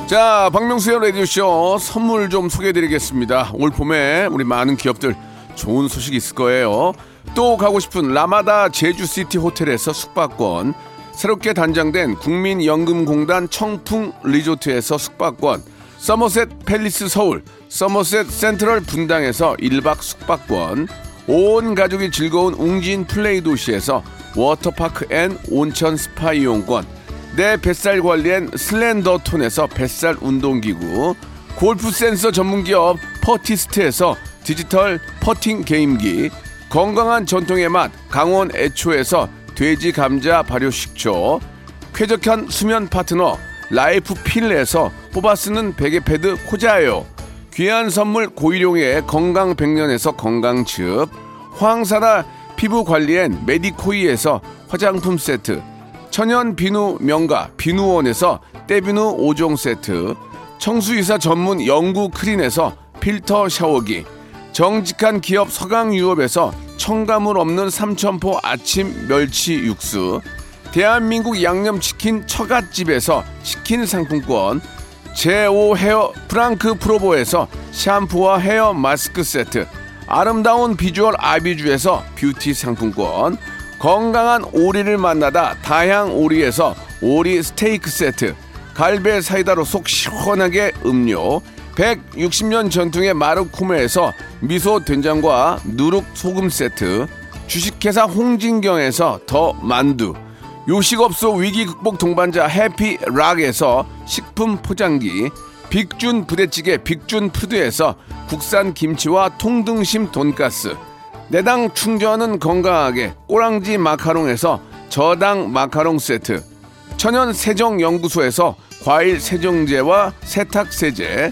자, 박명수의 라디오쇼 선물 좀 소개해드리겠습니다. 올 봄에 우리 많은 기업들 좋은 소식 있을 거예요. 또 가고 싶은 라마다 제주시티 호텔에서 숙박권, 새롭게 단장된 국민연금공단 청풍 리조트에서 숙박권, 서머셋 팰리스 서울, 서머셋 센트럴 분당에서 1박 숙박권, 온 가족이 즐거운 웅진 플레이 도시에서 워터파크 앤 온천 스파 이용권, 내 뱃살 관리엔 슬렌더 톤에서 뱃살 운동기구, 골프 센서 전문기업 퍼티스트에서 디지털 퍼팅 게임기, 건강한 전통의 맛 강원 애초에서 돼지 감자 발효 식초, 쾌적한 수면 파트너 라이프 필에서 뽑아 쓰는 베개 패드 코자요, 귀한 선물 고일용의 건강 백년에서 건강즙, 황사라 피부 관리엔 메디코이에서 화장품 세트, 천연 비누 명가 비누원에서 때비누 5종 세트 청수이사 전문 영구 크린에서 필터 샤워기 정직한 기업 서강유업에서 첨가물 없는 삼천포 아침 멸치 육수 대한민국 양념치킨 처갓집에서 치킨 상품권 제오 헤어 프랑크 프로보에서 샴푸와 헤어 마스크 세트 아름다운 비주얼 아비주에서 뷰티 상품권 건강한 오리를 만나다 다향 오리에서 오리 스테이크 세트, 갈배 사이다로 속 시원하게 음료, 160년 전통의 마르코메에서 미소 된장과 누룩 소금 세트, 주식회사 홍진경에서 더 만두, 요식업소 위기 극복 동반자 해피락에서 식품 포장기, 빅준 부대찌개 빅준 푸드에서 국산 김치와 통등심 돈가스, 내당 충전은 건강하게 꼬랑지 마카롱에서 저당 마카롱 세트, 천연 세정 연구소에서 과일 세정제와 세탁 세제,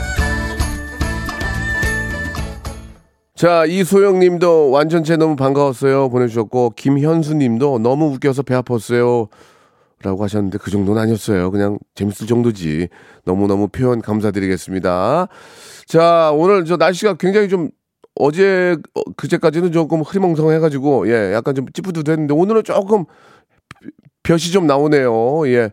자, 이소영 님도 완전체 너무 반가웠어요. 보내주셨고, 김현수 님도 너무 웃겨서 배 아팠어요. 라고 하셨는데, 그 정도는 아니었어요. 그냥 재밌을 정도지. 너무너무 표현 감사드리겠습니다. 자, 오늘 저 날씨가 굉장히 좀 어제, 어, 그제까지는 조금 흐리멍텅 해가지고, 예, 약간 좀 찌뿌드드했는데, 오늘은 조금 볕이 좀 나오네요. 예.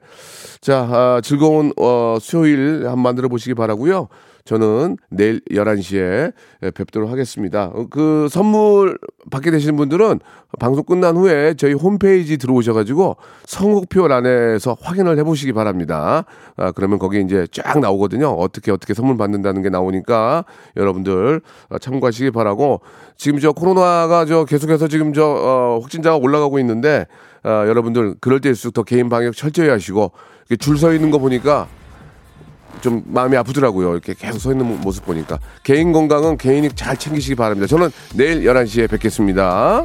자, 아, 즐거운 어, 수요일 한 만들어 보시기 바라고요. 저는 내일 11시에 뵙도록 하겠습니다. 어, 그 선물 받게 되시는 분들은 방송 끝난 후에 저희 홈페이지 들어오셔 가지고 선곡표란에서 확인을 해 보시기 바랍니다. 아, 그러면 거기 이제 쫙 나오거든요. 어떻게 어떻게 선물 받는다는 게 나오니까 여러분들 어, 참고하시기 바라고 지금 저 코로나가 저 계속해서 지금 저 어, 확진자가 올라가고 있는데 아, 여러분들 그럴 때일수록 더 개인 방역 철저히 하시고 줄 서 있는 거 보니까 좀 마음이 아프더라고요. 이렇게 계속 서 있는 모습 보니까 개인 건강은 개인이 잘 챙기시기 바랍니다. 저는 내일 11시에 뵙겠습니다.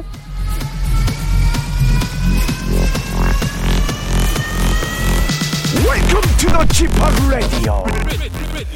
Welcome to the Chip Radio.